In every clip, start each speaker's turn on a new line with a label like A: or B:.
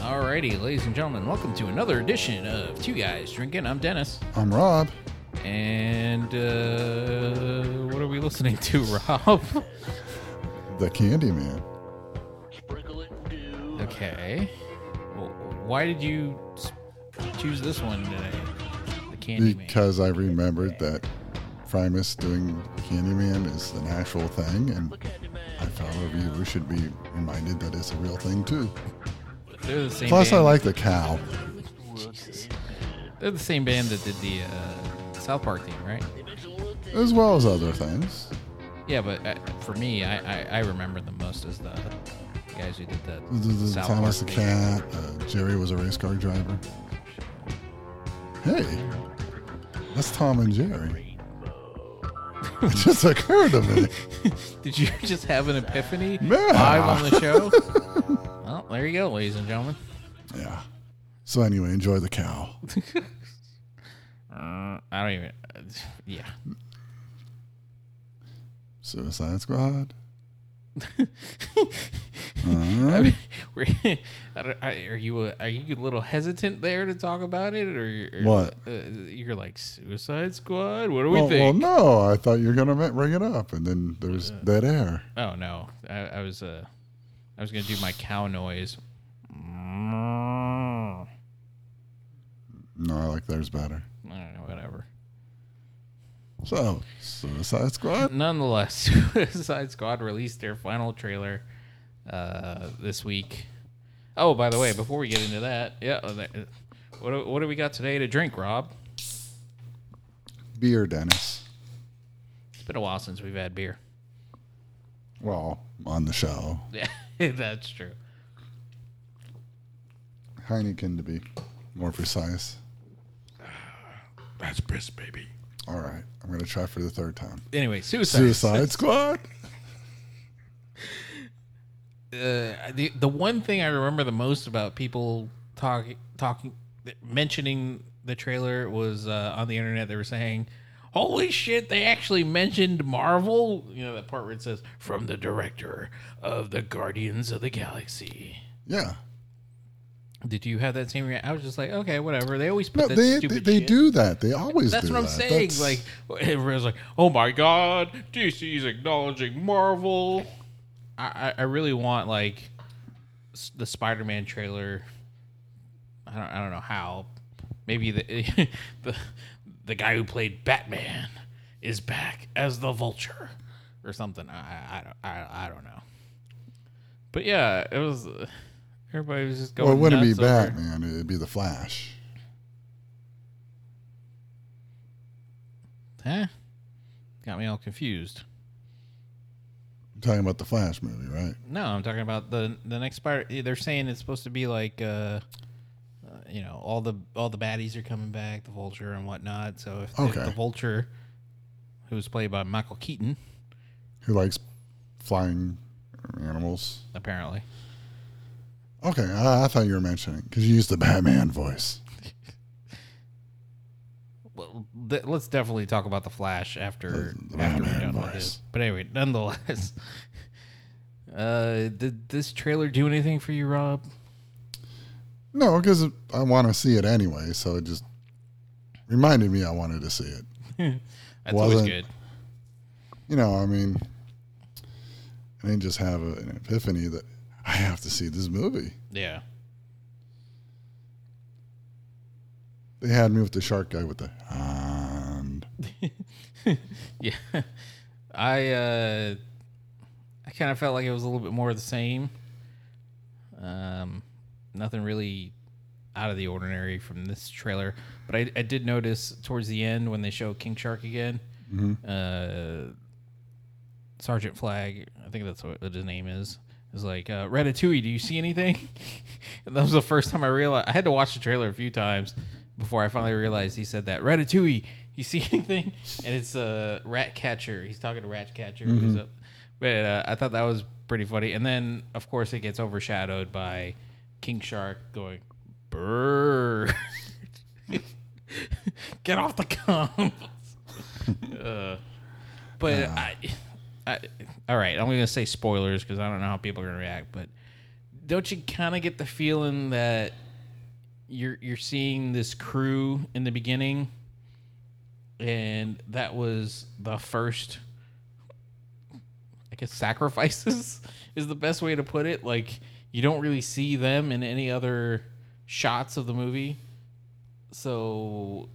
A: Alrighty, ladies and gentlemen, welcome to another edition of Two Guys Drinking. I'm Dennis.
B: I'm Rob.
A: And uh, what are we listening to, Rob?
B: The Candyman.
C: Sprinkle it dew.
A: okay. Well, why did you s- choose this one today? The Candyman.
B: Because I remembered that Primus doing Candyman is an actual thing, and I thought a viewer should be reminded that it's a real thing too.
A: They're the same
B: Plus, I
A: band.
B: like the cow.
A: They're the same band that did the uh, South Park theme, right?
B: As well as other things.
A: Yeah, but uh, for me, I, I, I remember them most as the guys who did the
B: The- the- the
A: South
B: Thomas the
A: Park theme.
B: Cat, uh, Jerry was a race car driver. Hey, that's Tom and Jerry. It just occurred to me.
A: Did you just have an epiphany
B: Yeah.
A: live on the show? well, there you go, ladies and gentlemen.
B: Yeah. So, anyway, enjoy the cow.
A: Uh, I don't even. Uh, yeah.
B: Suicide Squad. Uh-huh.
A: I mean, we're, I don't, I, are you a, are you a little hesitant there to talk about it, or, you're-
B: What?
A: Uh, you're like Suicide Squad? What do we
B: well, well,
A: think?
B: no, I thought you were gonna ma- bring it up, and then there was dead air.
A: Oh no, I, I was uh, I was gonna do my cow noise.
B: No, I like theirs better.
A: I don't know, whatever.
B: So, Suicide Squad.
A: Nonetheless, Suicide Squad released their final trailer uh, this week. Oh, by the way, before we get into that, yeah, uh, that- what do- what do we got today to drink, Rob?
B: Beer, Dennis.
A: It's been a while since we've had beer.
B: Well, on the show,
A: Yeah, that's true.
B: Heineken to be more precise.
C: That's Chris, baby.
B: All right, I'm gonna try for the third time.
A: Anyway, Suicide.
B: Suicide Squad.
A: Uh, the the one thing I remember the most about people talking talking mentioning the trailer was uh, on the internet they were saying, "Holy shit! They actually mentioned Marvel." You know that part where it says from the director of the Guardians of the Galaxy.
B: Yeah.
A: Did you have that same reaction? I was just like, okay, whatever. They always put
B: No,
A: that
B: they, they,
A: stupid.
B: they
A: shit.
B: do that. They always
A: That's
B: do
A: what I'm
B: that.
A: saying.
B: That's-
A: Like everyone's like, "Oh my God, DC's acknowledging Marvel." I, I, I really want like s- the Spider-Man trailer. I don't I don't know how. Maybe the the the guy who played Batman is back as the Vulture or something. I I, I don't I, I don't know. But yeah, it was. Everybody was just going.
B: well, it wouldn't be
A: nuts over-
B: Batman. It'd be the Flash.
A: Huh? Got me all confused.
B: I'm talking about the Flash movie, right?
A: No, I'm talking about the the next spider. They're saying it's supposed to be like, uh, uh, you know, all the all the baddies are coming back, the Vulture and whatnot. So if, if
B: Okay.
A: the Vulture, who's played by Michael Keaton,
B: Who likes flying animals?
A: apparently,
B: Okay, I, I thought you were mentioning because you used the Batman voice.
A: well, th- let's definitely talk about the Flash after
B: The
A: after we're
B: Batman
A: done with
B: voice.
A: this. But anyway, nonetheless, uh, did this trailer do anything for you, Rob?
B: No, because I want to see it anyway, so it just reminded me I wanted to see it.
A: That's always
B: Wasn't.
A: good.
B: You know, I mean, I didn't just have a, an epiphany that I have to see this movie.
A: Yeah.
B: They had me with the shark guy with the hand.
A: Yeah. I uh I kind of felt like it was a little bit more of the same. Um nothing really out of the ordinary from this trailer, but I, I did notice towards the end when they show King Shark again, uh Sergeant Flag, I think that's what his name is, is like, uh, Ratatouille, do you see anything? and that was the first time I realized. I had to watch the trailer a few times before I finally realized he said that. Ratatouille, you see anything? And it's a uh, rat catcher. He's talking to rat catcher. who's up. But uh, I thought that was pretty funny. And then, of course, it gets overshadowed by King Shark going, brrr. Get off the comms. Uh, but I, I, all right, I'm gonna say spoilers because I don't know how people are gonna react. But don't you kind of get the feeling that you're you're seeing this crew in the beginning, and that was the first, I guess, sacrifices is the best way to put it. Like you don't really see them in any other shots of the movie, so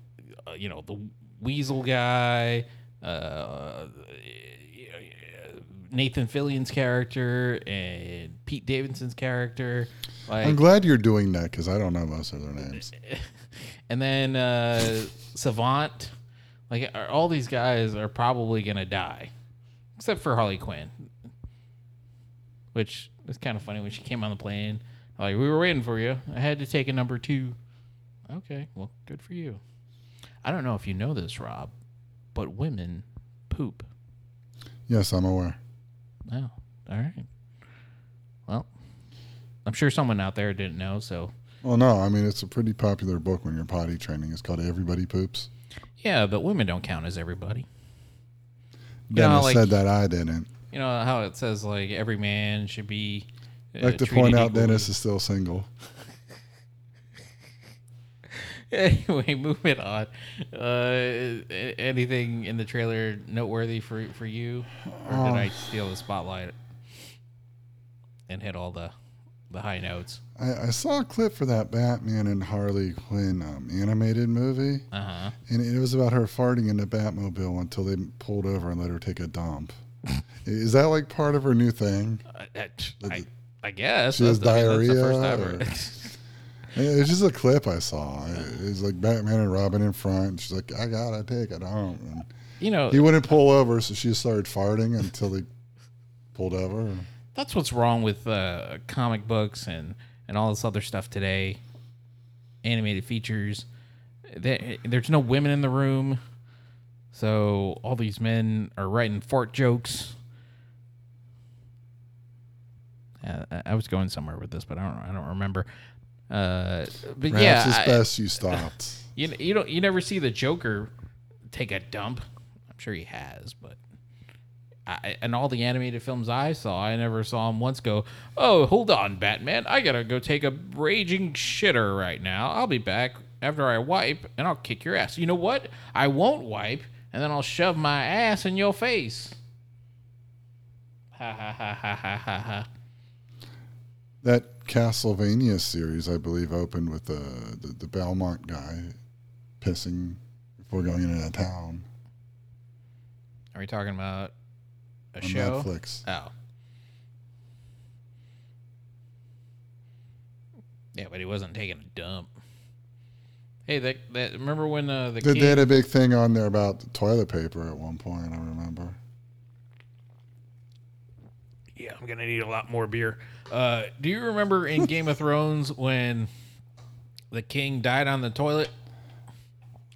A: uh, you know the Weasel guy. Uh, Nathan Fillion's character and Pete Davidson's character.
B: I'm
A: Like,
B: glad you're doing that because I don't know most of their names.
A: and then uh, Savant. Like, are- all these guys are probably going to die, except for Harley Quinn, which is kind of funny when she came on the plane. Like, we were waiting for you. I had to take a number two. Okay, well, good for you. I don't know if you know this, Rob, but women poop.
B: Yes, I'm aware.
A: Oh, all right. Well, I'm sure someone out there didn't know. So
B: Well, no, I mean it's a pretty popular book when you're potty training. It's called Everybody Poops.
A: yeah, but women don't count as everybody. know,
B: Dennis
A: like-
B: said that I didn't.
A: You know how it says like every man should be. uh,
B: like to
A: treated
B: point out,
A: equally.
B: Dennis is still single.
A: Anyway, moving on. Uh, a- anything in the trailer noteworthy for for you, or did I
B: Oh.
A: steal the spotlight and hit all the the high notes?
B: I, I saw a clip for that Batman and Harley Quinn um, animated movie,
A: Uh huh.
B: and it was about her farting in the Batmobile until they pulled over and let her take a dump. is that like part of her new thing?
A: I, Uh, I, I guess
B: She has
A: That's- I mean, that's
B: diarrhea,
A: the
B: or-
A: first time.
B: It was just a clip I saw. It was like Batman and Robin in front. She's like, I gotta take a dump. And
A: you know,
B: he wouldn't pull over, so she started farting until they pulled over.
A: that's what's wrong with uh, comic books and and all this other stuff today. Animated features, there, there's no women in the room, so all these men are writing fart jokes. Uh, I- I was going somewhere with this, but I don't I don't remember. Uh, but
B: Perhaps
A: yeah,
B: it's
A: I-
B: best you stopped.
A: you you don't you never see the Joker take a dump. I'm sure he has, but I, and all the animated films I saw, I never saw him once go, "Oh, hold on, Batman, I gotta go take a raging shitter right now. I'll be back after I wipe, and I'll kick your ass." You know what? I won't wipe, and then I'll shove my ass in your face. Ha ha ha ha ha ha ha.
B: That Castlevania series, I believe, opened with the, the, the Belmont guy pissing before going into that town
A: Are we talking about a
B: on
A: show?
B: Netflix.
A: Oh. Yeah, but he wasn't taking a dump. Hey, that that remember when uh, the
B: They
A: kid?
B: did a big thing on there about toilet paper at one point, I remember.
A: Yeah, I'm gonna need a lot more beer. Uh, do you remember in Game of Thrones when the king died on the toilet?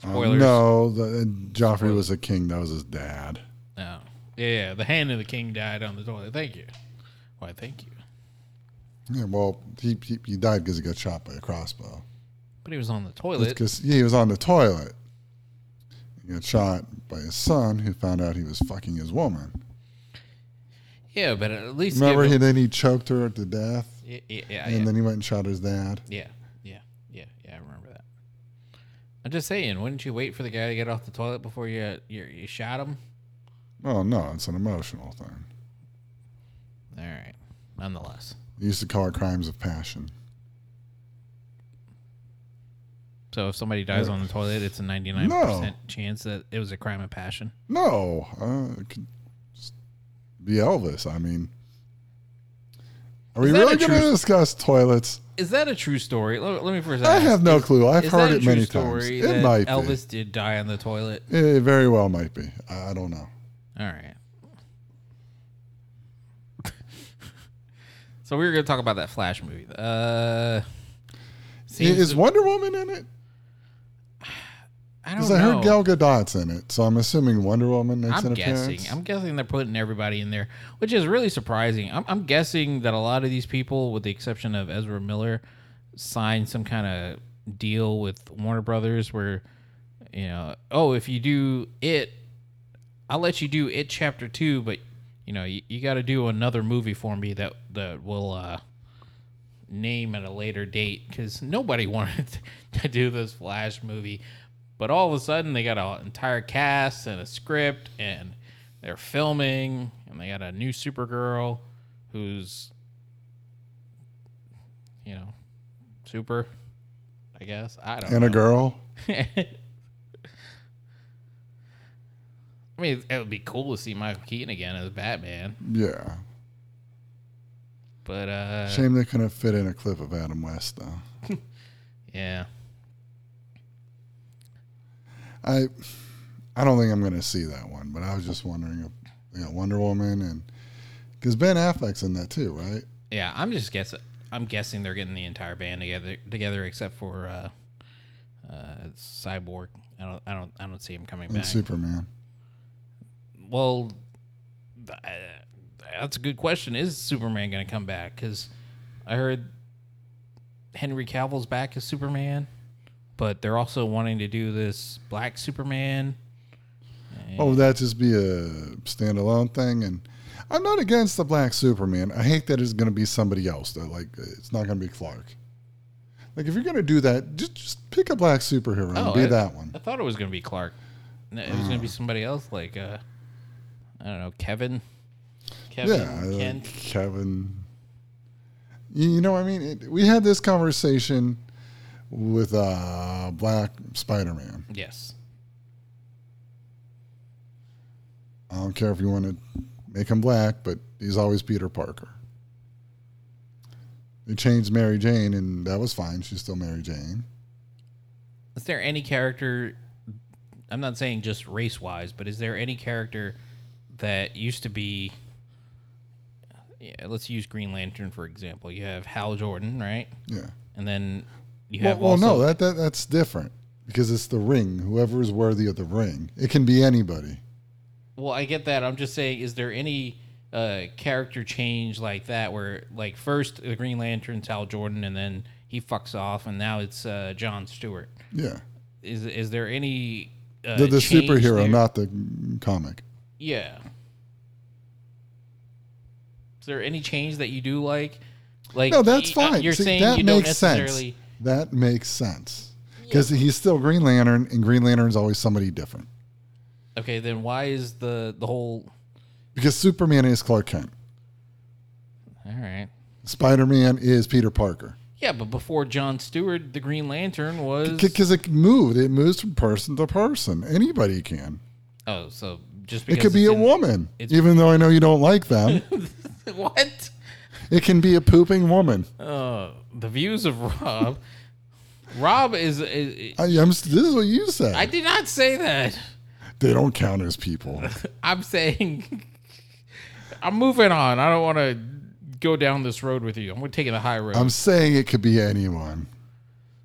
B: Um,
A: Spoilers.
B: no, the, Joffrey was a king. That was his dad.
A: No. Yeah, yeah, the hand of the king died on the toilet. Thank you. Why? Thank you.
B: Yeah, well, he, he, he died because he got shot by a crossbow.
A: But he was on the toilet.
B: Because yeah, he was on the toilet. He got shot by his son, who found out he was fucking his woman.
A: Yeah, but at least
B: Remember,
A: give
B: he,
A: him-
B: then he choked her to death,
A: Yeah, yeah, yeah,
B: and
A: Ah, yeah.
B: then he went and shot his dad.
A: Yeah, yeah, yeah, yeah. I remember that. I'm just saying, wouldn't you wait for the guy to get off the toilet before you you, you shot him?
B: Well, no, it's an emotional thing.
A: All right. Nonetheless,
B: They used to call it crimes of passion.
A: so if somebody dies
B: Yeah.
A: on the toilet, it's a 99% chance that it was a crime of passion.
B: No, uh, it could just be Elvis. I mean, are we
A: Is that
B: really
A: a true
B: going to
A: s-
B: discuss toilets?
A: Is that a true story? Let, let me first.
B: I
A: ask,
B: have no clue. I've
A: is
B: heard
A: that a
B: it
A: true
B: many
A: story
B: times. It
A: that
B: might
A: Elvis did die on the toilet.
B: be. It very well might be. I I don't know.
A: All right. so we were going to talk about that Flash movie. Uh, seems
B: Is
A: to-
B: Wonder Woman in it?
A: I don't
B: Because I heard
A: know.
B: Gal Gadot's in it, so I'm assuming Wonder Woman makes
A: I'm
B: an
A: guessing.
B: appearance.
A: I'm guessing they're putting everybody in there, which is really surprising. I'm, I'm guessing that a lot of these people, with the exception of Ezra Miller, signed some kind of deal with Warner Brothers where, you know, oh, if you do it, I'll let you do it chapter two, but you know, you, you got to do another movie for me that that will uh, name at a later date because nobody wanted to do this Flash movie. But all of a sudden, they got an entire cast and a script, and they're filming, and they got a new Supergirl who's, you know, super, I guess. I don't
B: And
A: know.
B: a girl.
A: I mean, it would be cool to see Michael Keaton again as Batman,
B: Yeah.
A: but uh,
B: Shame they couldn't fit in a clip of Adam West though.
A: yeah,
B: I I don't think I'm gonna see that one, but I was just wondering if they got Wonder Woman and because Ben Affleck's in that too, right?
A: yeah. I'm just guessing. I'm guessing they're getting the entire band together, together except for uh, uh, Cyborg. I don't, I don't, I don't see him coming
B: And
A: back.
B: Superman.
A: Well, th- uh, that's a good question. Is Superman going to come back? Because I heard Henry Cavill's back as Superman, but they're also wanting to do this Black Superman.
B: Oh, would that just be a standalone thing? And I'm not against the Black Superman. I hate that it's going to be somebody else. That like it's not going to be Clark. Like if you're going to do that, just just pick a black superhero and
A: Oh,
B: be
A: I-
B: that one.
A: I thought it was going to be Clark. No, it was going to be somebody else, like uh, I don't know, Kevin. Kevin,
B: yeah, uh, I like
A: Ken.
B: Kevin. You, you know what I mean? It, we had this conversation with uh, Black Spider-Man.
A: Yes.
B: I don't care if you want to make him black, but he's always Peter Parker. They changed Mary Jane, and that was fine. She's still Mary Jane.
A: Is there any character? I'm not saying just race wise, but is there any character that used to be? Yeah, let's use Green Lantern for example. You have Hal Jordan, right?
B: Yeah.
A: And then you
B: Well,
A: have
B: well
A: also,
B: no, that, that that's different because it's the ring. Whoever is worthy of the ring, it can be anybody.
A: Well, I get that. I'm just saying, is there any uh, character change like that where, like, first the Green Lantern's Hal Jordan, and then he fucks off, and now it's uh, John Stewart?
B: Yeah.
A: Is is there any uh,
B: The, the
A: change
B: superhero,
A: there?
B: not the mm, comic.
A: Yeah. Is there any change that you do like? Like
B: No, that's
A: y- uh,
B: fine.
A: You're
B: See,
A: saying
B: that
A: you don't
B: makes
A: necessarily.
B: sense. That makes sense because he's still Green Lantern, and Green Lantern's always somebody different.
A: Okay, then why is the the whole?
B: Because Superman is Clark Kent,
A: All right.
B: Spider Man is Peter Parker.
A: Yeah, but before John Stewart, the Green Lantern was.
B: Because it moved, it moves from person to person. Anybody can.
A: oh, so just
B: It
A: because
B: could be
A: it's
B: a
A: in-
B: woman,
A: it's-
B: even though I know you don't like them.
A: What?
B: it can be a pooping woman.
A: Uh, the views of Rob. Rob is, is.
B: I, am This is what you said.
A: I did not say that.
B: they don't count as people.
A: I'm saying. I'm moving on. I don't want to go down this road with you. I'm going to take the high road.
B: I'm saying it could be anyone.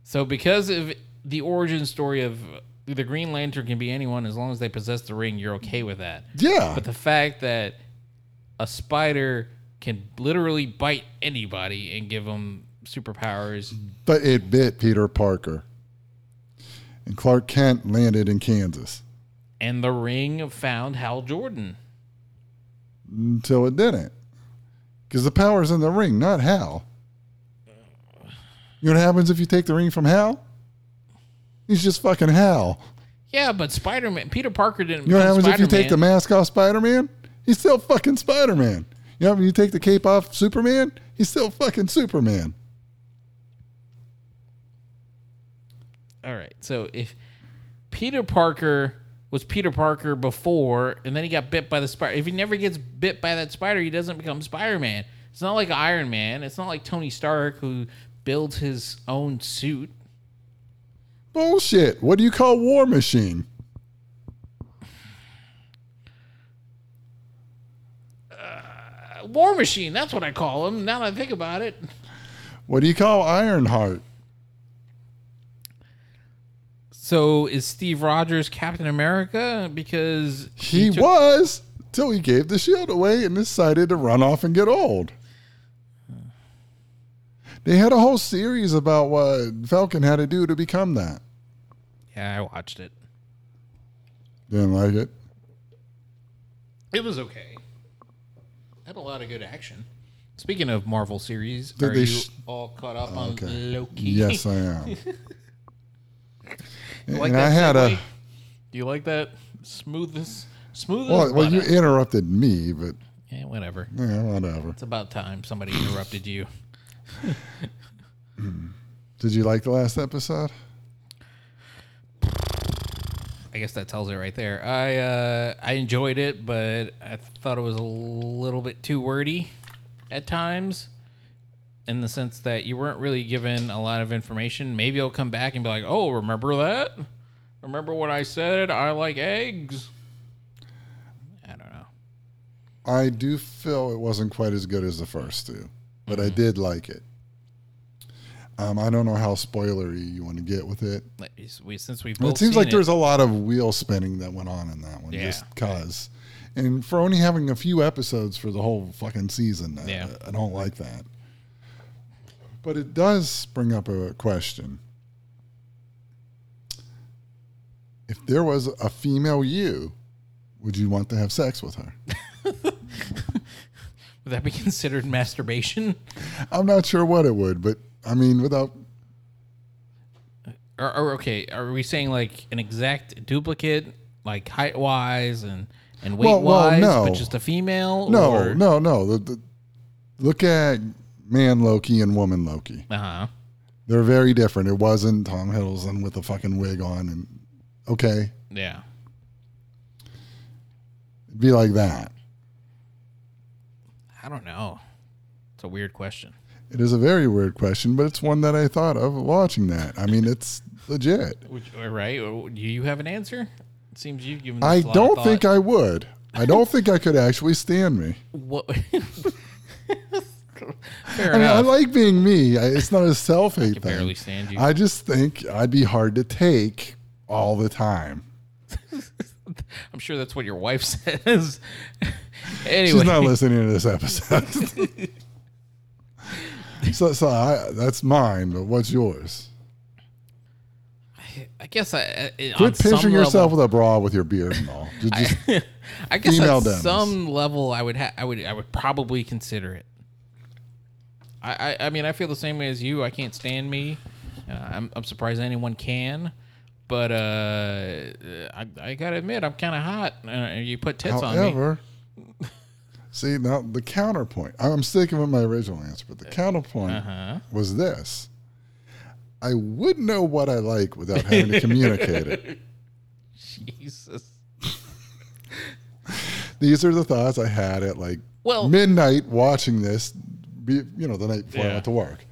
A: So because of the origin story of the Green Lantern can be anyone as long as they possess the ring, you're okay with that.
B: Yeah.
A: But the fact that a spider can literally bite anybody and give them superpowers,
B: But it bit Peter Parker. And Clark Kent landed in Kansas
A: and the ring found Hal Jordan.
B: until it didn't. Because the power's in the ring, not Hal. You know what happens if you take the ring from Hal? He's just fucking Hal.
A: Yeah, but Spider Man, Peter Parker didn't.
B: You know what
A: become
B: happens if you take the
A: Spider-Man.
B: mask off Spider Man? He's still fucking Spider Man. You know, when you take the cape off Superman, he's still fucking Superman.
A: All right. So if Peter Parker was Peter Parker before, and then he got bit by the spider. If he never gets bit by that spider, he doesn't become Spider Man. It's not like Iron Man. It's not like Tony Stark who builds his own suit.
B: Bullshit. What do you call War Machine?
A: Uh, War Machine. That's what I call him. Now that I think about it,
B: What do you call Ironheart?
A: so is Steve Rogers Captain America because
B: He
A: took-
B: was till he gave the shield away and decided to run off and get old. They had a whole series about what Falcon had to do to become that.
A: Yeah, I watched it.
B: Didn't like it.
A: It was okay. Had a lot of good action. Speaking of Marvel series,
B: Did
A: are
B: they
A: you
B: sh-
A: all caught up
B: Okay.
A: on Loki?
B: Yes, I am.
A: You
B: and
A: like
B: I
A: that
B: had
A: segue?
B: a
A: Do you like that smoothest, smoothest?
B: well, well, you
A: butter?
B: interrupted me, but
A: yeah, Eh, whatever.
B: yeah, whatever.
A: It's about time somebody interrupted you.
B: Did you like the last episode?
A: I guess that tells it right there. I uh, I enjoyed it, but I thought it was a little bit too wordy at times, in the sense that you weren't really given a lot of information. Maybe I'll come back and be like, "Oh, remember that? Remember when I said I like eggs?" I don't know.
B: I do feel it wasn't quite as good as the first two, but I did like it. Um, I don't know how spoilery you want to get with it.
A: Like, s- we- Since we've
B: But
A: both
B: it seems
A: seen
B: like there's a lot of wheel spinning that went on in that one,
A: Yeah.
B: just cause. And for only having a few episodes for the whole fucking season, I-
A: Yeah.
B: I, don't like that. But it does bring up a question. If there was a female you, would you want to have sex with her?
A: would that be considered masturbation?
B: I'm not sure what it would, but I mean, without
A: Or, or okay, are we saying like an exact duplicate, like height wise and and weight
B: Well, well,
A: wise,
B: no.
A: but just a female?
B: no,
A: or,
B: no, no. The, the, look at man Loki and woman Loki.
A: Uh huh.
B: They're very different. It wasn't Tom Hiddleston with a fucking wig on, and okay,
A: Yeah.
B: it'd be like that.
A: I don't know. It's a weird question.
B: It is a very weird question, but it's one that I thought of watching that. I mean, it's legit.
A: Which, right? Do you have an answer? It seems you've given. This
B: I
A: a lot
B: don't
A: of
B: think
A: thought.
B: I would. I don't think I could actually stand me.
A: What? Fair
B: I mean,
A: enough.
B: I like being me. I, it's not a self hate
A: can
B: thing.
A: barely stand you.
B: I just think I'd be hard to take all the time.
A: I'm sure that's what your wife says. anyway,
B: She's not listening to this episode. so, so I, that's mine. But what's yours?
A: I guess I. I on
B: Quit
A: some
B: picturing
A: level-
B: yourself with a bra with your beard and all. Ju- Just,
A: I guess
B: Female
A: at
B: demos.
A: some level, I would ha- I would I would probably consider it. I, I I mean I feel the same way as you. I can't stand me. Uh, I'm I'm surprised anyone can. But uh, I, I gotta admit I'm kind of hot. Uh, you put tits on me.
B: however, see now the counterpoint. I'm sticking with my original answer, but the counterpoint
A: Uh-huh.
B: was this. I would know what I like without having to communicate it.
A: Jesus.
B: These are the thoughts I had at like
A: Well-
B: midnight watching this. Be, you know, the night before I
A: Yeah.
B: went to work.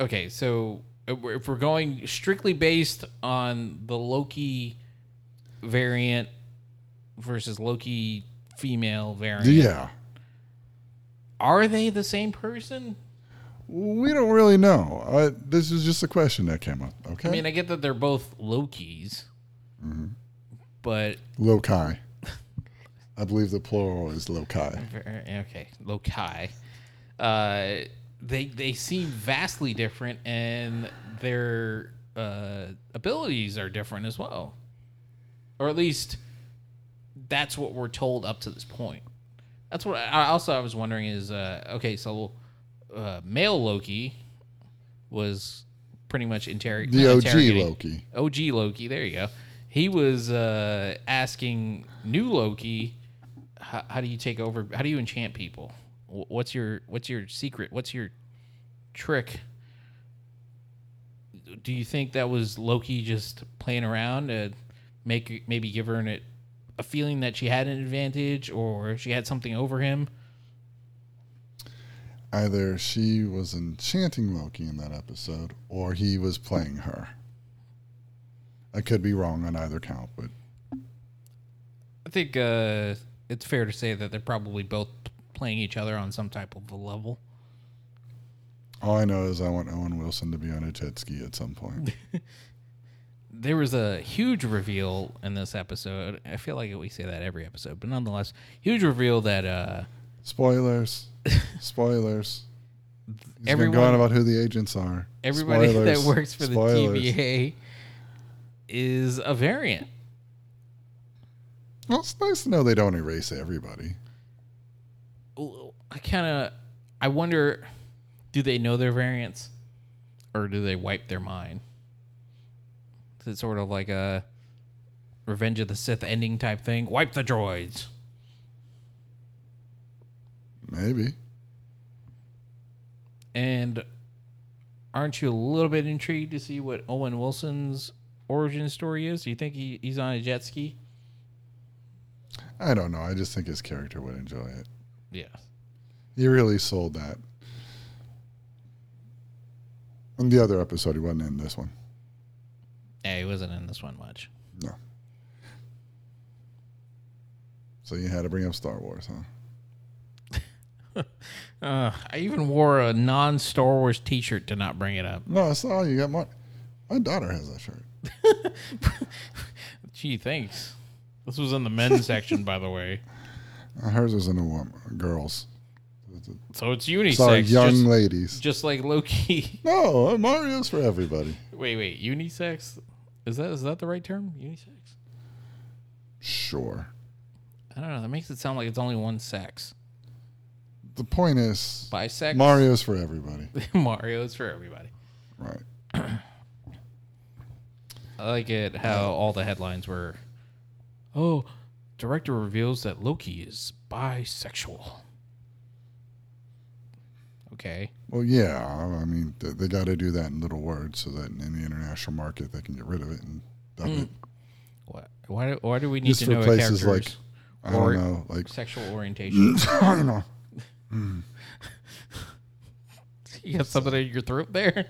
A: Okay, so if we're if we're going strictly based on the Loki variant versus Loki female variant,
B: Yeah.
A: are they the same person?
B: We don't really know. I, this is just a question that came up. Okay.
A: I mean, I get that they're both Lokis, but
B: loci. I believe the plural is loci.
A: okay, Loki. Uh, they they seem vastly different, and their uh, abilities are different as well, or at least that's what we're told up to this point. That's what I also I was wondering is uh, okay, so uh, male Loki was pretty much interrog-
B: The
A: not
B: OG
A: interrogating.
B: Loki.
A: OG Loki. There you go. He was uh, asking new Loki, how, "How do you take over? How do you enchant people? Wh- What's your What's your secret? What's your trick?" Do you think that was Loki just playing around to make maybe give her an, a feeling that she had an advantage or she had something over him?
B: Either she was enchanting Loki in that episode, or he was playing her. I could be wrong on either count, but
A: I think uh, it's fair to say that they're probably both playing each other on some type of a level.
B: all I know is I want Owen Wilson to be on a jet ski at some point.
A: there was a huge reveal in this episode. I feel like we say that every episode, but nonetheless, huge reveal that uh,
B: Spoilers. Spoilers. He's been
A: Everyone-
B: going about who the agents are.
A: everybody
B: Spoilers.
A: that works for the
B: Spoilers.
A: TVA is a variant.
B: Well, it's nice to know they don't erase everybody.
A: I kind of I wonder, do they know their variants, or do they wipe their mind? Is it sort of like a Revenge of the Sith ending type thing? Wipe the droids.
B: Maybe.
A: And aren't you a little bit intrigued to see what Owen Wilson's origin story is? Do you think he, he's on a jet ski?
B: I don't know. I just think his character would enjoy it.
A: Yeah.
B: He really sold that. In the other episode, he wasn't in this one.
A: Yeah, he wasn't in this one much.
B: No. So you had to bring up Star Wars, huh?
A: Uh, I even wore a non Star Wars t shirt to not bring it up.
B: No, that's not all you got. My my daughter has that shirt.
A: Gee, thanks. This was in the men's section, by the way.
B: Uh, Hers is in the woman, girls.
A: So it's unisex.
B: Sorry, young
A: just,
B: ladies.
A: just like Loki.
B: No, uh, Mario's for everybody.
A: wait, wait. Unisex? Is that is that the right term? Unisex?
B: Sure.
A: I don't know. That makes it sound like it's only one sex.
B: The point is,
A: Bisex?
B: Mario's for everybody.
A: Mario is for everybody.
B: Right.
A: I like it how all the headlines were Oh, director reveals that Loki is bisexual. Okay.
B: Well, yeah. I mean, they, they got to do that in little words so that in the international market they can get rid of it and dump it.
A: What? Why do, why do we need
B: Just
A: to know
B: for
A: a
B: places
A: character's
B: like I don't
A: or-
B: know, like
A: sexual orientation?
B: I don't know.
A: you got something in your throat there?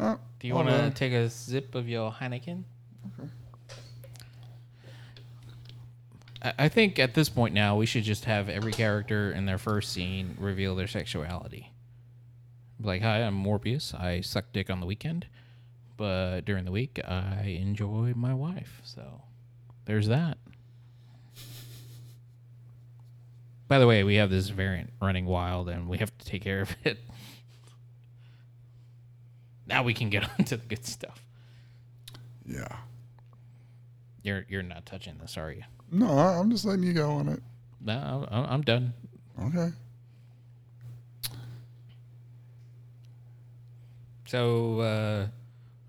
B: Uh,
A: Do you
B: hold
A: want to
B: on.
A: take a sip of your Heineken? I I think at this point now we should just have every character in their first scene reveal their sexuality. Like, hi, I'm Morbius. I suck dick on the weekend, but during the week I enjoy my wife. So there's that. By the way, we have this variant running wild, and we have to take care of it. Now we can get on to the good stuff.
B: Yeah.
A: You're you're not touching this, are you?
B: No, I- I'm just letting you go on it.
A: No, I'm, I'm done.
B: Okay.
A: So, uh,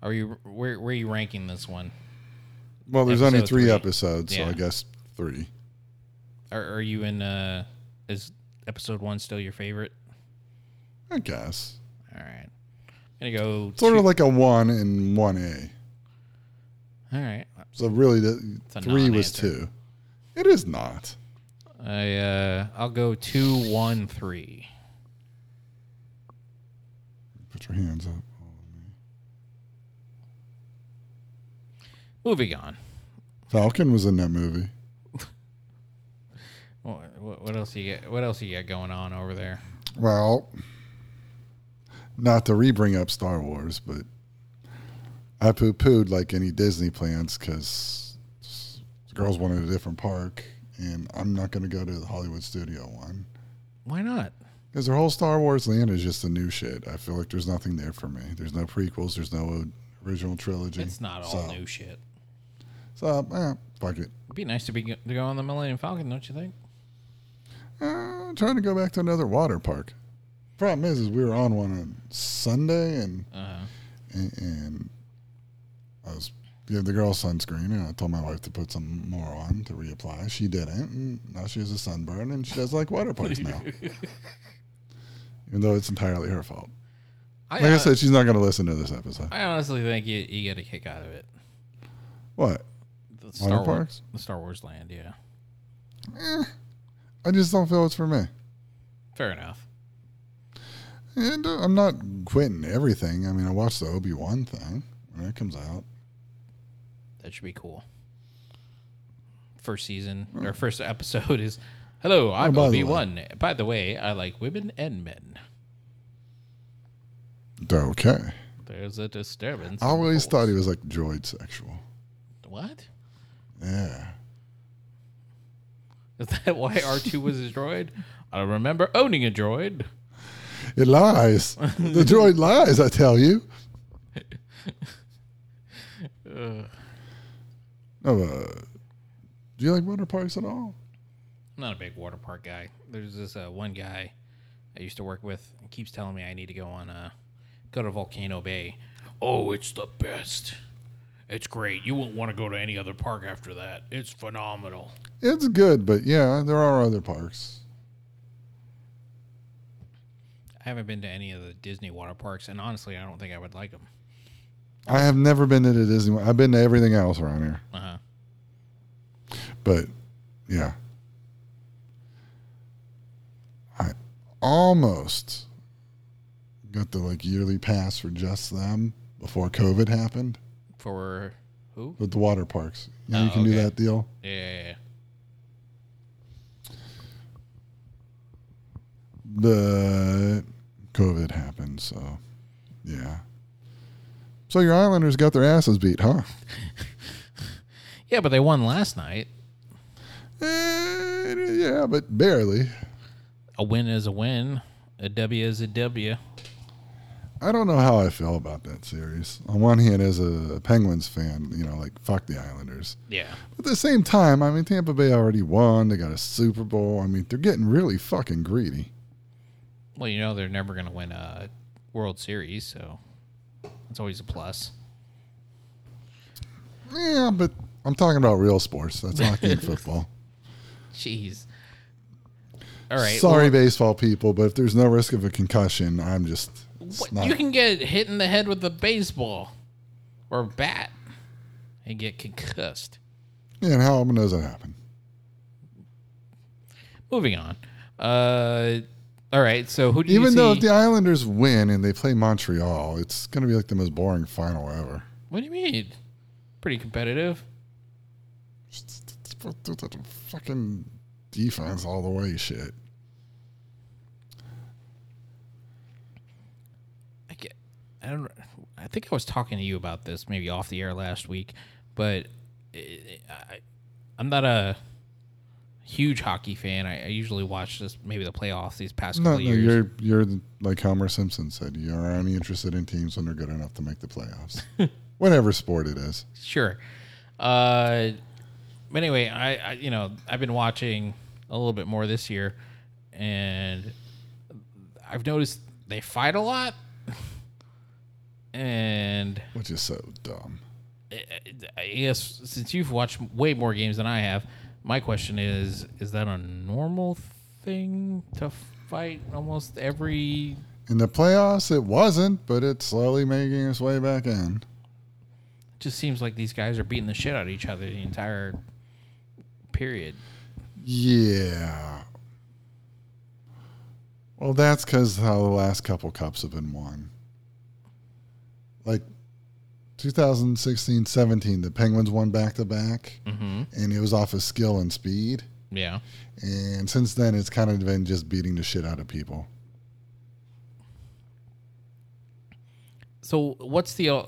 A: are you where where are you ranking this one?
B: Well, there's only
A: Episode
B: three,
A: three.
B: episodes, so
A: Yeah.
B: I guess three.
A: Are, are you in? Uh, is episode one still your favorite?
B: I guess.
A: All right, I'm gonna go.
B: Sort
A: two-
B: of like a one and one A.
A: All right,
B: So really, the,
A: a
B: three was
A: non-answer.
B: two. It is not.
A: I uh, I'll go two one three.
B: Put your hands up.
A: Moving on.
B: Falcon was in that movie.
A: What, what what else you get? What else you got going on over there?
B: Well, not to re-bring up Star Wars, but I poo-pooed like any Disney plans because the girls wanted a different park, and I'm not going to go to the Hollywood Studio one
A: Why not?
B: because their whole Star Wars land is just the new shit. I feel like there's nothing there for me. There's no prequels. There's no original trilogy.
A: It's not all
B: so,
A: new shit.
B: So eh, fuck it.
A: It'd be nice to be go- to go on the Millennium Falcon, don't you think?
B: Uh, trying to go back to another water park. Problem is, is we were on one on Sunday and
A: Uh,
B: and, and I was gave the girl sunscreen, and I told my wife to put some more on to reapply. She didn't, and now she has a sunburn, and she does like water parks now. Even though it's entirely her fault. Like
A: uh,
B: I said, she's not going to listen to this episode.
A: I honestly think you, you get a kick out of it.
B: What?
A: The
B: Water
A: Star Wars,
B: parks?
A: the Star Wars land, yeah.
B: I just don't feel it's for me.
A: Fair enough.
B: And uh, I'm not quitting everything. I mean, I watched the Obi Wan thing when it comes out.
A: That should be cool. First season or first episode is, hello, I'm
B: Oh, by the
A: Obi Wan. By the way, I like women and men.
B: They're okay.
A: There's a disturbance. in the
B: I always
A: force.
B: thought he was like droid sexual.
A: What?
B: Yeah.
A: Is that why R2 was a droid? I remember owning a droid.
B: It lies. the droid lies, I tell you.
A: Uh.
B: No, uh, do you like water parks at all?
A: I'm not a big water park guy. There's this uh, one guy I I used to work with keeps telling me I need to go on uh go to Volcano Bay. Oh, it's the best. It's great. You won't want to go to any other park after that. It's phenomenal.
B: It's good, but yeah, there are other parks.
A: I haven't been to any of the Disney water parks, and honestly, I don't think I would like them.
B: I have never been to the Disney. one. I've been to everything else around here,
A: Uh huh.
B: but yeah, I almost got the like yearly pass for just them before COVID happened
A: For who?
B: with the water parks. You, know, you
A: Oh,
B: can do
A: okay.
B: that deal.
A: Yeah, yeah, yeah.
B: But COVID happened, so yeah. So your Islanders got their asses beat, huh?
A: Yeah, but they won last night.
B: Eh, yeah, but barely.
A: A win is a win. A W is a W.
B: I don't know how I feel about that series. On one hand, as a Penguins fan, you know, like fuck the Islanders.
A: Yeah.
B: But at the same time, I mean, Tampa Bay already won. They got a Super Bowl. I mean, they're getting really fucking greedy.
A: Well, you know they're never going to win a World Series, so that's always a plus.
B: Yeah, but I'm talking about real sports. That's hockey and football.
A: Jeez. All right.
B: Sorry, baseball people, but if there's no risk of a concussion, I'm just. it's
A: What,
B: not-
A: you can get hit in the head with a baseball or bat and get concussed.
B: Yeah, and how does that happen?
A: Moving on. Uh, all right. So who do you
B: Even
A: see?
B: though if the Islanders win and they play Montreal, it's going to be like the most boring final ever.
A: what do you mean? Pretty competitive.
B: Fucking defense all the way shit.
A: I, get, I don't. I think I was talking to you about this maybe off the air last week, but I, I, I'm not a huge hockey fan. I, I usually watch this maybe the playoffs these past couple
B: No, no,
A: of years.
B: you're you're like Homer Simpson said. You're only interested in teams when they're good enough to make the playoffs, whatever sport it is.
A: Sure. Uh, but anyway, I, I you know I've been watching a little bit more this year, and I've noticed they fight a lot, and eh,
B: Which is so dumb.
A: I guess since you've watched way more games than I have, my question is: Is that a normal thing to fight almost every?
B: In the playoffs, it wasn't, but it's slowly making its way back in.
A: Just seems like these guys are beating the shit out of each other the entire period.
B: Yeah. Well, that's because how the last couple cups have been won. Like 2016 17, the Penguins won back to back,
A: Mm-hmm.
B: and it was off of skill and speed.
A: Yeah.
B: And since then, it's kind of been just beating the shit out of people.
A: So what's the? uh,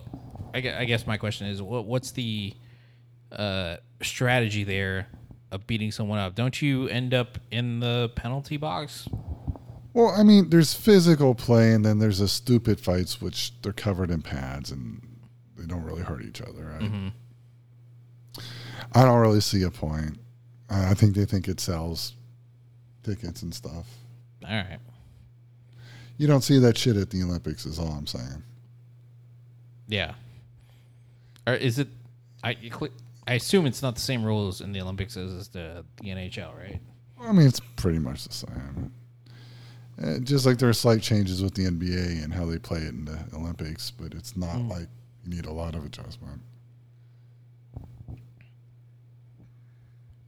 A: I gue- I guess my question is, what what's the uh, strategy there of beating someone up? Don't you end up in the penalty box?
B: Well, I mean, there's physical play, and then there's the stupid fights, which they're covered in pads and they don't really hurt each other, right?
A: Mm-hmm.
B: I don't really see a point. I I think they think it sells tickets and stuff.
A: All right.
B: You don't see that shit at the Olympics, is all I'm saying.
A: Yeah. Or is it? I you cl- I assume it's not the same rules in the Olympics as the, the NHL, right?
B: I mean, it's pretty much the same. Uh, just like there are slight changes with the NBA and how they play it in the Olympics, but it's not
A: Mm.
B: like you need a lot of adjustment.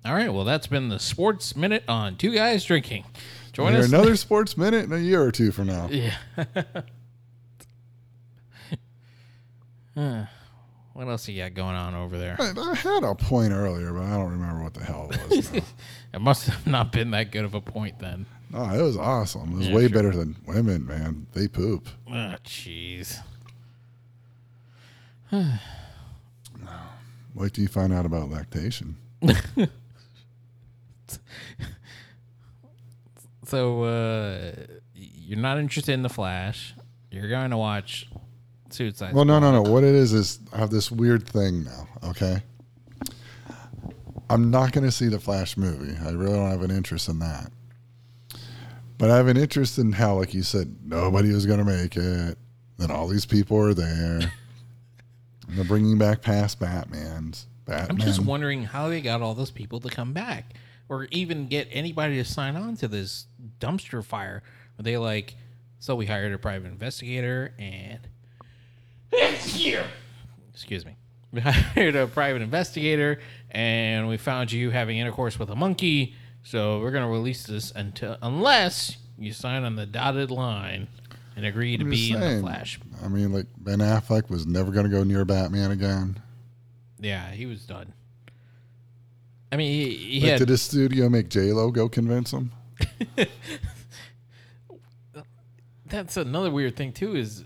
A: All right. Well, that's been the sports minute on two guys drinking. Join
B: Or
A: us.
B: another sports minute in a year or two from now.
A: yeah. Huh. what else you got going on over there?
B: I, I had a point earlier, but I don't remember what the hell it was. now.
A: It must have not been that good of a point then.
B: no, it was awesome. It was
A: Yeah,
B: way
A: sure.
B: better than women, man. They poop.
A: Oh, jeez.
B: Wait till you find out about lactation.
A: So, uh, you're not interested in The Flash. You're going to watch Suicide
B: Well, no, no, no. What it is is I have this weird thing now. Okay, I'm not going to see the Flash movie. I really don't have an interest in that. But I have an interest in how, like you said, nobody was going to make it. Then all these people are there. and they're bringing back past Batman's. Batman.
A: I'm just wondering how they got all those people to come back or even get anybody to sign on to this dumpster fire. Are they like, so we hired a private investigator and. Excuse me. We hired a private investigator and we found you having intercourse with a monkey. So we're going to release this until unless you sign on the dotted line and agree to
B: I'm
A: be
B: just
A: in the
B: saying.
A: Flash.
B: I mean, like Ben Affleck was never going to go near Batman again.
A: Yeah, he was done. I mean, he, he
B: Like,
A: had
B: did his studio make J Lo go convince him?
A: that's another weird thing too is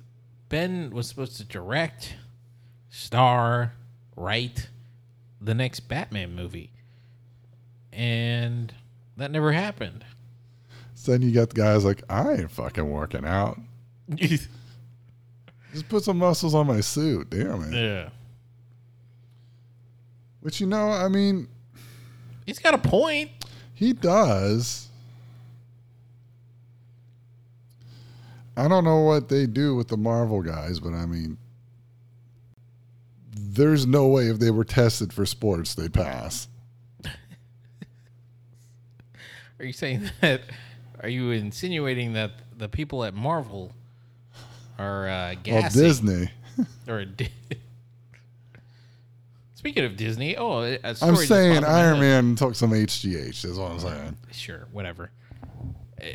A: Ben was supposed to direct, star, write the next Batman movie, and that never happened.
B: So then you got the guys like, I ain't fucking working out.
A: yeah,
B: Just put some muscles on my suit, damn it. Which you know, I mean,
A: he's got a point.
B: He does. I don't know what they do with the Marvel guys, but I mean, there's no way if they were tested for sports, they'd pass.
A: Are you saying that? Are you insinuating that the people at Marvel are uh,
B: Well,
A: gassing?
B: Disney.
A: or Di- speaking of Disney, oh, a a story
B: I'm
A: just
B: saying
A: popped in my
B: Iron
A: head.
B: Man took some HGH. That's what I'm saying.
A: Sure, whatever.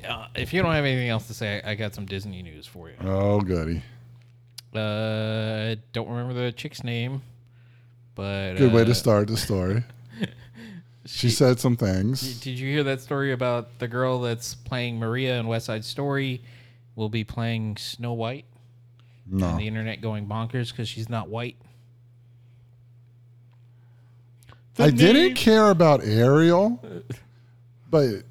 A: Uh, if you don't have anything else to say, I I got some Disney news for you.
B: Oh, goody.
A: Uh, don't remember the chick's name, but
B: Good way
A: uh,
B: to start the story. She said some things.
A: Did you hear that story about the girl that's playing Maria in West Side Story? Will be playing Snow White.
B: No.
A: and the internet going bonkers because she's not white.
B: I didn't care about Ariel, but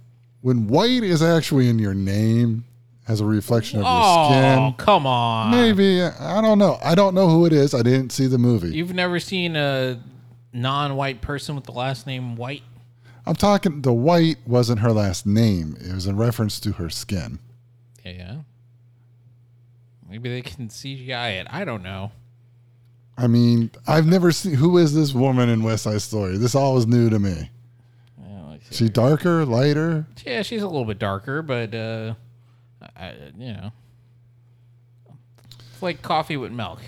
B: when white is actually in your name as a reflection of your
A: Oh,
B: skin,
A: come on!
B: maybe I don't know. I don't know who it is. I didn't see the movie.
A: You've never seen a non-white person with the last name White.
B: I'm talking. The white wasn't her last name. It was in reference to her skin.
A: Yeah. Maybe they can CGI it. I don't know.
B: I mean, I've never seen. Who is this woman in West Side Story? This all was new to me.
A: I don't like
B: She darker, lighter.
A: that. yeah, she's a little bit darker, but uh, I, I- you know, it's like coffee with milk.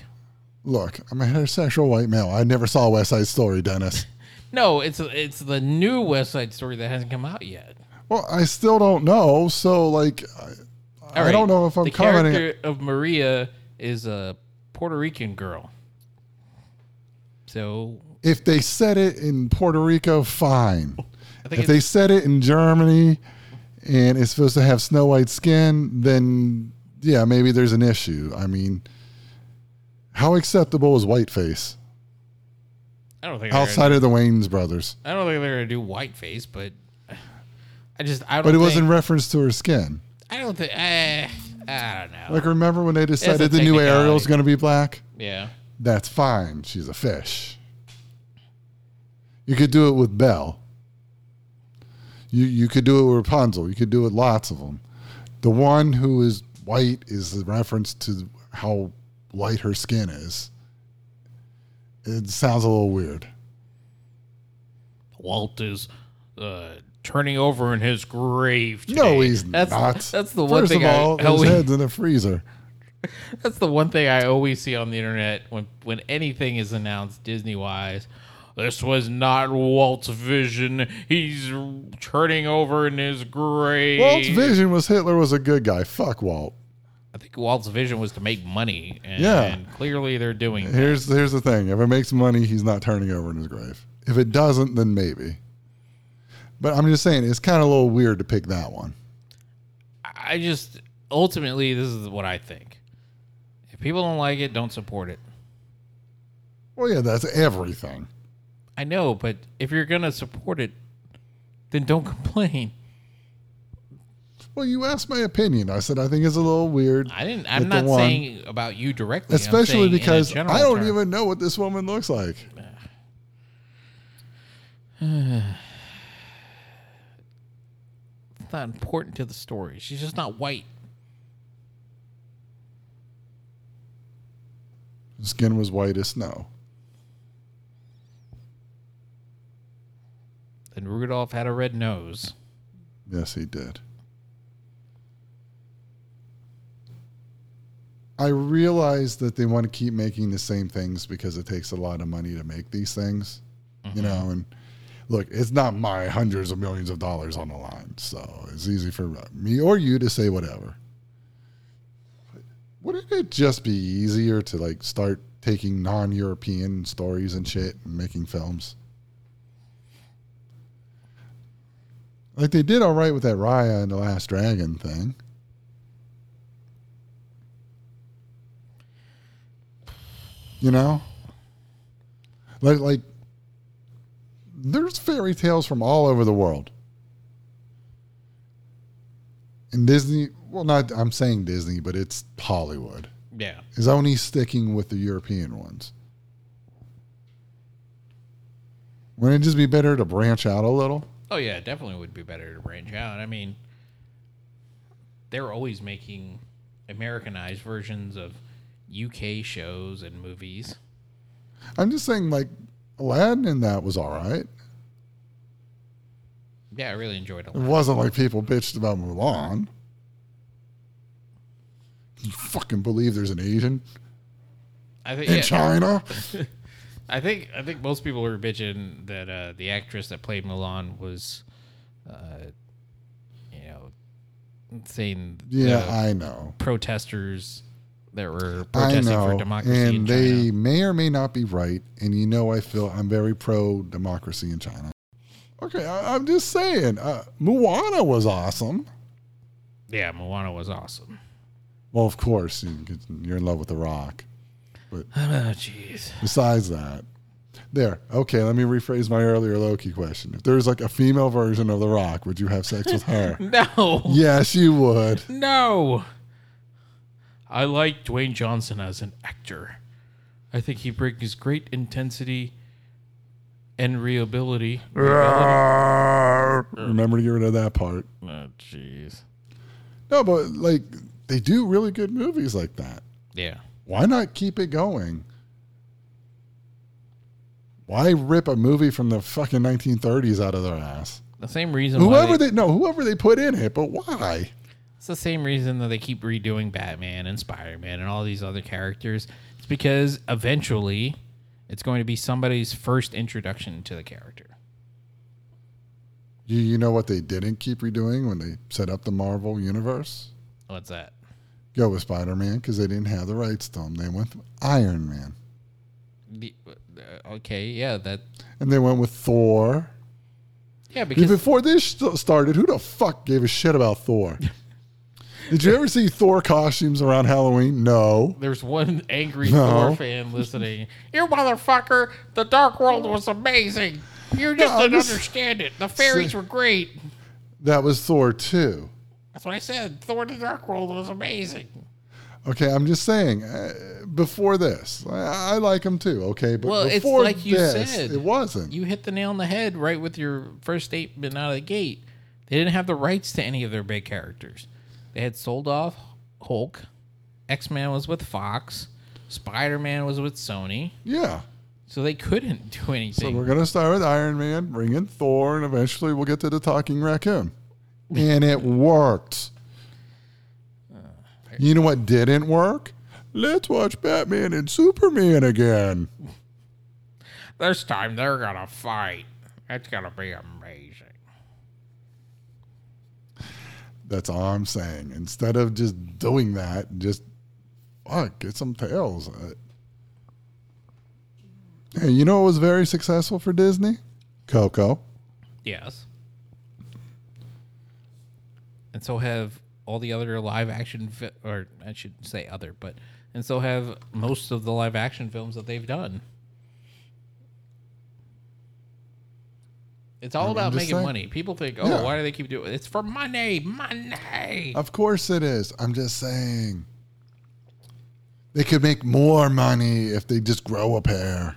B: Look, I'm a heterosexual white male. I never saw West Side Story, Dennis.
A: No, it's it's the new West Side Story that hasn't come out yet.
B: Well, I still don't know. So, like, I, I
A: All right,
B: don't know if I'm
A: the
B: commenting.
A: character of Maria is a Puerto Rican girl. So
B: If they said it in Puerto Rico, fine.
A: I think
B: If they
A: it's,
B: said it in Germany and it's supposed to have snow white skin, then yeah, maybe there's an issue. I mean, how acceptable is whiteface
A: I don't think they're
B: outside of the Waynes brothers?
A: Gonna, I don't think they're gonna do whiteface, but I just I don't.
B: But it was
A: think-
B: in reference to her skin.
A: I don't think. eh, I don't know.
B: Like, remember when they decided the new
A: Uh, technicality.
B: Ariel's going to be black?
A: yeah.
B: That's fine. She's a fish. You could do it with Belle. You you could do it with Rapunzel. You could do it with lots of them. The one who is white is the reference to how light her skin is. It sounds a little weird.
A: Walt is uh, turning over in his grave. Today.
B: No, he's
A: that's,
B: not.
A: That's the one
B: First
A: thing
B: of all,
A: I
B: his
A: always,
B: head's in the freezer.
A: That's the one thing I always see on the internet when when anything is announced Disney wise. This was not Walt's vision. He's turning over in his grave.
B: Walt's vision was Hitler was a good guy. Fuck Walt.
A: I think Walt's vision was to make money, and
B: Yeah.
A: clearly they're doing. that.
B: Here's here's the thing. If it makes money, he's not turning over in his grave. If it doesn't, then maybe. But I'm just saying it's kind of a little weird to pick that one.
A: I just ultimately this is what I think. If people don't like it, don't support it.
B: Well, yeah, that's everything.
A: I know, but if you're gonna support it, then don't complain.
B: Well, you asked my opinion. I said I think it's a little weird,
A: I didn't.
B: With
A: I'm
B: the
A: not
B: one-
A: saying about you directly, I'm saying
B: especially
A: in a
B: because
A: general
B: I don't
A: term.
B: even know what this woman looks like.
A: It's not important to the story. She's just not white.
B: The skin was white as snow.
A: And Rudolph had a red nose.
B: Yes, he did. I realize that they want to keep making the same things because it takes a lot of money to make these things, you know. And look, it's not my hundreds of millions of dollars on the line, so it's easy for me or you to say whatever. Wouldn't it just be easier to like start taking non-European stories and shit and making films? Like they did all right with that Raya and the Last Dragon thing. You know? Like like there's fairy tales from all over the world. And Disney well not I'm saying Disney, but it's Hollywood.
A: Yeah.
B: Is only sticking with the European ones. Wouldn't it just be better to branch out a little?
A: Oh yeah, it definitely would be better to branch out. I mean, they're always making Americanized versions of UK shows and movies.
B: I'm just saying, like Aladdin and that was all right.
A: Yeah, I really enjoyed
B: It
A: Aladdin.
B: wasn't like people bitched about Mulan. You fucking believe there's an Asian
A: I think
B: in
A: yeah,
B: China?
A: I think I think most people are bitching that uh, the actress that played Milan was, uh, you know, saying
B: Yeah,
A: the
B: I know.
A: protesters that were
B: I
A: protesting
B: know.
A: for democracy
B: And
A: in China.
B: they may or may not be right. And you know, I feel I'm very pro democracy in China. Okay, I, I'm just saying. Uh, Moana was awesome.
A: yeah, Moana was awesome.
B: Well, of course, you- you're in love with The Rock.
A: Oh jeez.
B: Besides that, there. Okay, let me rephrase my earlier Loki question. If there's like a female version of The Rock, would you have sex with her?
A: No.
B: yes, you would.
A: No. I like Dwayne Johnson as an actor. I think he brings great intensity and Oh, reality.
B: Remember to get rid of that part.
A: Oh, jeez.
B: No, but like they do really good movies like that.
A: Yeah.
B: Why not keep it going? Why rip a movie from the fucking 1930s out of their ass?
A: The same reason.
B: Whoever
A: why
B: they no, whoever they put in it, but why?
A: it's the same reason that they keep redoing Batman and Spider Man and all these other characters. It's because eventually, it's going to be somebody's first introduction to the character.
B: You you know what they didn't keep redoing when they set up the Marvel universe?
A: What's that?
B: go with Spider Man because they didn't have the rights to him. They went with Iron Man
A: The- uh, okay, yeah, that.
B: and they went with Thor.
A: Yeah, because
B: Before this st- started, who the fuck gave a shit about Thor? Did you ever see Thor costumes around Halloween? No.
A: There's one angry
B: No.
A: Thor fan listening. You motherfucker! The Dark World was amazing. You just
B: No, I'm
A: didn't
B: just-
A: understand it. The fairies were great.
B: That was Thor 2.
A: That's what I said. Thor: The Dark World was amazing.
B: Okay, I'm just saying. Uh, before this, I, I like him too. Okay, but
A: Well, it's
B: before
A: like you
B: this,
A: said.
B: it wasn't.
A: You hit the nail on the head right with your first statement out of the gate. They didn't have the rights to any of their big characters. They had sold off Hulk. X Men was with Fox. Spider Man was with Sony.
B: yeah.
A: So they couldn't do
B: So
A: anything.
B: we're gonna start with Iron Man, bring in Thor, and eventually we'll get to the talking raccoon. And it worked. You know what didn't work? Let's watch Batman and Superman again.
A: This time they're gonna fight. That's gonna be amazing.
B: That's all I'm saying. Instead of just doing that, just fuck, get some tails. Uh, Hey, you know what was very successful for Disney? Coco.
A: Yes. And so have all the other live action, fi- or I should say other, but and so have most of the live action films that they've done. It's all about
B: just
A: making
B: saying.
A: money. People think, oh,
B: Yeah.
A: why do they keep doing it? It's for money, money.
B: Of course it is. I'm just saying. They could make more money if they just grow a pair.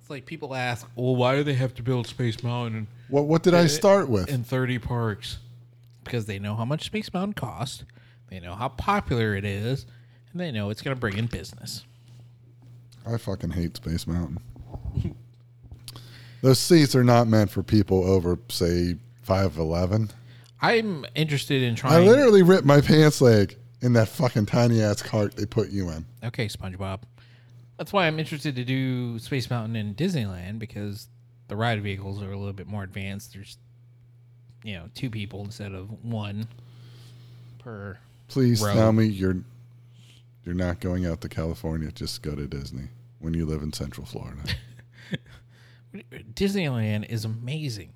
A: It's like people ask, well, why do they have to build Space Mountain
B: What what did I start with?
A: in 30 parks? Because they know how much Space Mountain costs, they know how popular it is, and they know it's going to bring in business.
B: I fucking hate Space Mountain. Those seats are not meant for people over, say, five eleven.
A: I'm interested in
B: I
A: trying.
B: literally ripped my pants leg in that fucking tiny ass cart they put you in.
A: okay, SpongeBob. That's why I'm interested to do Space Mountain in Disneyland because the ride vehicles are a little bit more advanced. There's, you know, two people instead of one per.
B: Please
A: Bro.
B: tell me you're you're not going out to California. Just go to Disney when you live in Central Florida.
A: Disneyland is amazing.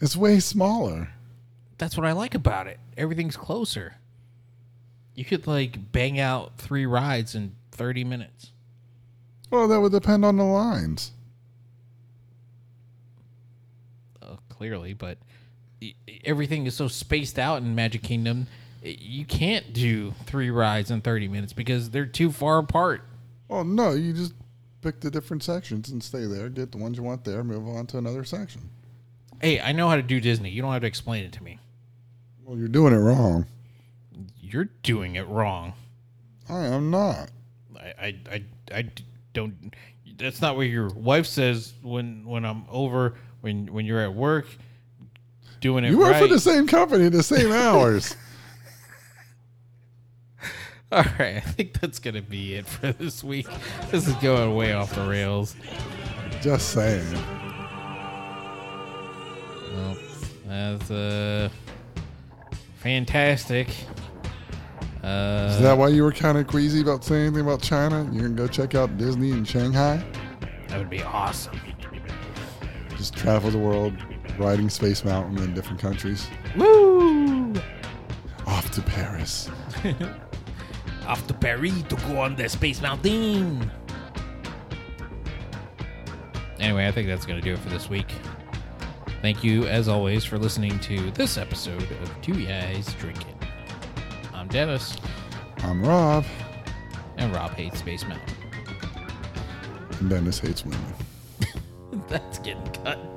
B: it's way smaller.
A: That's what I like about it. Everything's closer. You could like bang out three rides in 30 minutes.
B: Well, that would depend on the lines.
A: uh, clearly, but e- everything is so spaced out in Magic Kingdom. i- You can't do three rides in 30 minutes because they're too far apart.
B: Well, Oh, no, you just pick the different sections and stay there. Get the ones you want there. Move on to another section.
A: Hey, I know how to do Disney. You don't have to explain it to me.
B: Well, you're doing it wrong.
A: You're doing it wrong.
B: I am not.
A: I, I, I, I d- don't. That's not what your wife says when when I'm over when when you're at work doing it
B: You work
A: right.
B: for the same company, the same hours.
A: All right, I think that's gonna be it for this week. This is going way off the rails.
B: Just saying.
A: Well, that's uh, fantastic. Uh,
B: Is that why you were kind of queasy about saying anything about China? You can go check out Disney in Shanghai.
A: that would be awesome.
B: Just travel the world, riding Space Mountain in different countries.
A: Woo!
B: Off to Paris.
A: Off to Paris to go on the Space Mountain. Anyway, I think that's going to do it for this week. Thank you, as always, for listening to this episode of Two Guys Drinking. I'm Dennis,
B: I'm Rob,
A: and Rob hates Space Mountain.
B: and Dennis hates women.
A: that's getting cut.